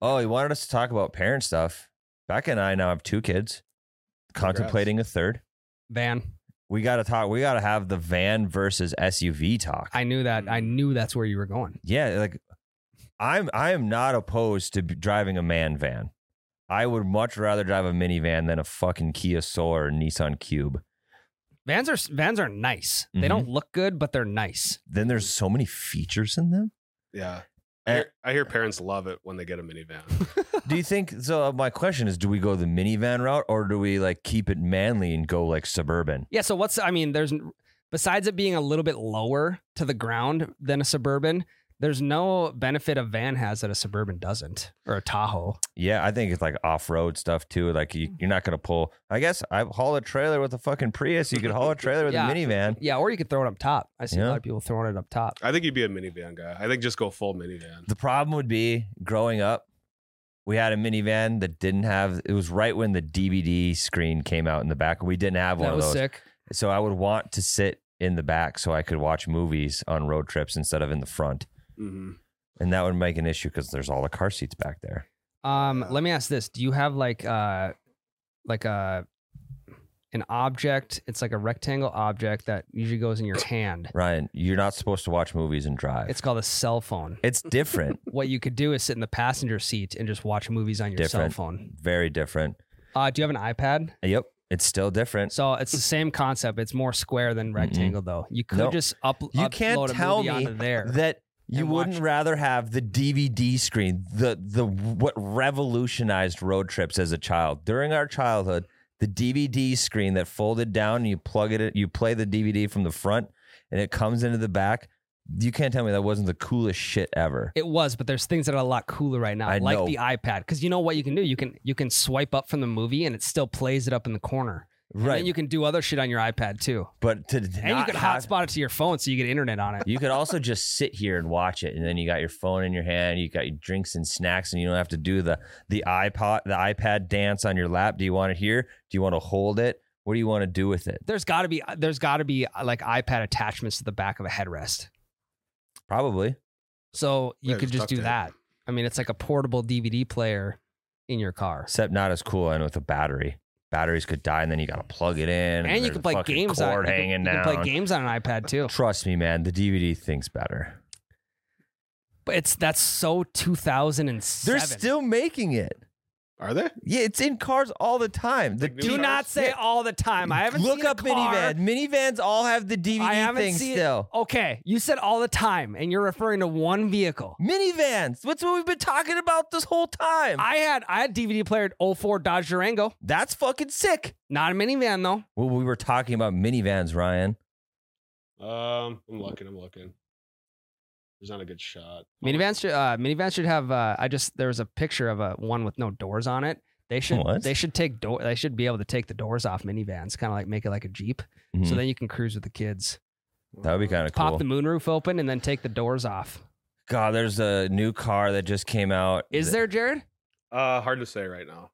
Oh, he wanted us to talk about parent stuff. Becca and I now have two kids, contemplating a third. Van. We got to talk. We got to have the van versus SUV talk. I knew that. I Mm. knew that's where you were going. yeah, like I'm. I am not opposed to b- driving a man van. I would much rather drive a minivan than a fucking Kia Soul or Nissan Cube. Vans are vans are nice. They Mhm. don't look good, but they're nice. Then there's so many features in them. Yeah. Eh I hear, I hear parents love it when they get a minivan. do you think so? uh, My question is: Do we go the minivan route, or do we like keep it manly and go like suburban? Yeah. So what's I mean? There's besides it being a little bit lower to the ground than a suburban. There's no benefit a van has that a suburban doesn't or a Tahoe. Yeah, I think it's like off road stuff too. Like you, Mm-hmm. you're not gonna pull. I guess I haul a trailer with a fucking Prius. You could haul a trailer with Yeah. a minivan. Yeah, or you could throw it up top. I see a Yeah. lot of people throwing it up top. I think you'd be a minivan guy. I think just go full minivan. The problem would be growing up, we had a minivan that didn't have. It was right when the DVD screen came out in the back, and we didn't have one That of was those. sick. So I would want to sit in the back so I could watch movies on road trips instead of in the front, hmm and that would make an issue because there's all the car seats back there. Um, Yeah. let me ask this: Do you have like uh like a an object? It's like a rectangle object that usually goes in your hand. Ryan, you're not supposed to watch movies and drive. It's It's called a cell phone. it's different, What you could do is sit in the passenger seat and just watch movies on your Different. cell phone. very different. Uh, do you have an iPad? Yep, it's still different. So it's the same concept. It's more square than rectangle, though. You could No. just up. Mm-hmm. You upload can't a tell movie me onto there. That you and wouldn't watch- rather have the DVD screen, the the what revolutionized road trips as a child. During our childhood, the DVD screen that folded down, and you plug it, in- you play the DVD from the front, and it comes into the back. You can't tell me that wasn't the coolest shit ever. It was, but there's things that are a lot cooler right now, I like know. the iPad, because you know what you can do. You can you can swipe up from the movie, and it still plays it up in the corner. And right, then you can do other shit on your iPad too, but to and you not can have- hotspot it to your phone so you get internet on it. You could also just sit here and watch it, and then you got your phone in your hand, you got your drinks and snacks, and you don't have to do the the iPod, the iPad dance on your lap. Do you want it here? Do you want to hold it? What do you want to do with it? There's got to be there's got to be uh, like iPad attachments to the back of a headrest, Probably. so you Yeah, could just just tucked do in. that. I mean, it's like a portable DVD player in your car, Except not as cool and with a battery. Batteries could die, and then you got to plug it in, and you there's can a play fucking games on Cord you can- hanging you down. can play games on an iPad too. Trust me, man. The DVD thing's better. But it's that's so 2007. They're still making it. Are they? Yeah, it's in cars all the time. The Like new do Dude, not say Yeah. all the time. I haven't look seen a up car. minivan. Minivans all have the DVD I haven't thing seen- still. Okay, you said all the time, and you're referring to one vehicle. Minivans. What's what we've been talking about this whole time. I had I had DVD player at 04 Dodge Durango. That's fucking sick. Not a minivan though. Well, we were talking about minivans, Ryan. Um, I'm looking. I'm looking. There's not a good shot. Oh. Minivans should uh, minivans should have. Uh, I just there was a picture of a one with no doors on it. They should What? they should take door they should be able to take the doors off minivans, kind of like make it like a jeep. So Mhm. then you can cruise with the kids. That would be kind of cool. Mm-hmm. Pop the moonroof open and then take the doors off. God, there's a new car that just came out. Is there Jared? Uh, hard to say right now.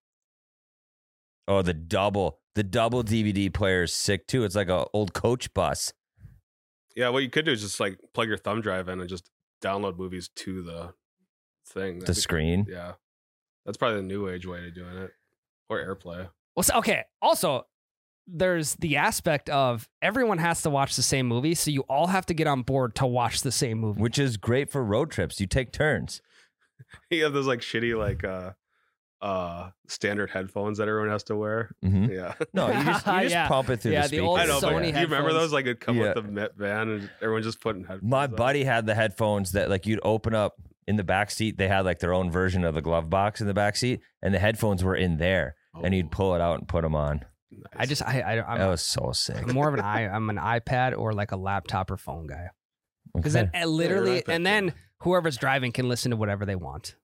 Oh, the double. The double DVD player is sick too. It's like an old coach bus. Yeah, what you could do is just like plug your thumb drive in and just download movies to the thing. The That'd be- screen. Yeah, that's probably the new age way to doing it, or AirPlay. Well, so, okay. Also, there's the aspect of everyone has to watch the same movie, so you all have to get on board to watch the same movie. Which is great for road trips. You take turns. you have those like shitty like uh uh standard headphones that everyone has to wear. hmm Yeah, No, you just, you just Yeah. pump it through the Yeah, the speakers. old I know. Sony but do you remember headphones. those? Like it'd come Yeah. with the Met van and everyone just putting headphones. My on. buddy had the headphones that like you'd open up in the back seat. They had like their own version of the glove box in the back seat, and the headphones were in there, and Oh, he'd pull it out and put them on. nice. I just I, I that I'm, was so sick. I'm more of an i I'm an iPad or like a laptop or phone guy because Okay. then uh, literally iPad and guy. then whoever's driving can listen to whatever they want.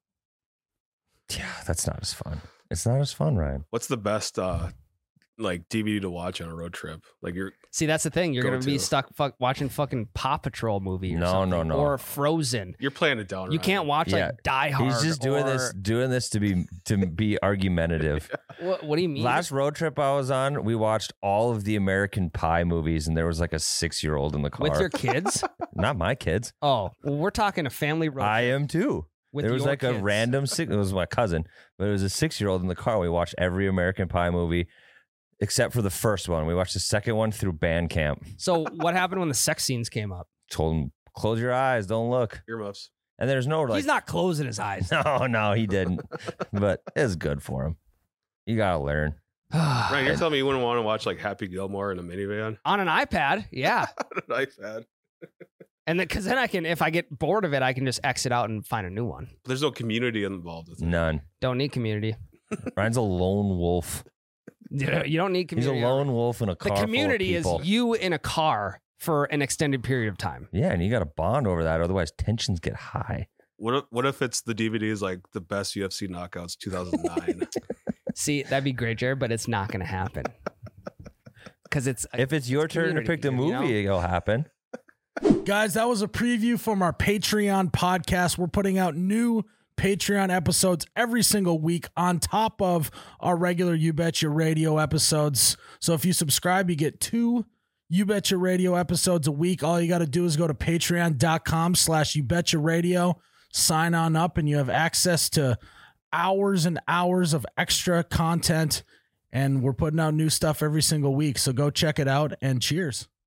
yeah, that's not as fun. It's not as fun, Ryan. What's the best uh like DVD to watch on a road trip? Like you're See, that's the thing. You're Go gonna be to. stuck fuck, watching fucking Paw Patrol movie. Or No, no, something, no. Or Frozen. you're playing it down. You Ryan. can't watch Yeah. like Die Hard. He's just doing this, or- doing this to be to be argumentative. What, what do you mean? Last road trip I was on, we watched all of the American Pie movies, and there was like a six year old in the car. with your kids? Not my kids. oh, well, we're talking a family road. I am too. With there was your like a kids. random six. It was my cousin, but it was a six-year-old in the car. We watched every American Pie movie except for the first one. We watched the second one through band camp. So what happened when the sex scenes came up? Told him close your eyes, don't look. Earmuffs. And there's no like. He's not closing his eyes. no, no, he didn't. but it's good for him. You gotta learn. Ryan, you're I- telling me you wouldn't want to watch like Happy Gilmore in a minivan on an iPad, yeah, on an iPad. and then because then I can, if I get bored of it, I can just exit out and find a new one. But there's no community involved with it. None. Don't need community. Ryan's a lone wolf. You don't- you don't need He's a community. lone wolf in a The car. full of community is people. you in a car for an extended period of time. Yeah, and you got to bond over that. Otherwise, tensions get high. What if, what if it's the DVD is like the best UFC knockouts 2009? See, that'd be great, Jared, but it's not going to happen because it's If it's your turn to community pick the here, you know? movie, it'll happen. Guys, that was a preview from our Patreon podcast. We're putting out new Patreon episodes every single week on top of our regular You Betcha Radio episodes. So if you subscribe, you get two You Betcha Radio episodes a week. All you got to do is go to patreon.com slash You Betcha Radio, sign on up, and you have access to hours and hours of extra content. And we're putting out new stuff every single week. So go check it out and cheers.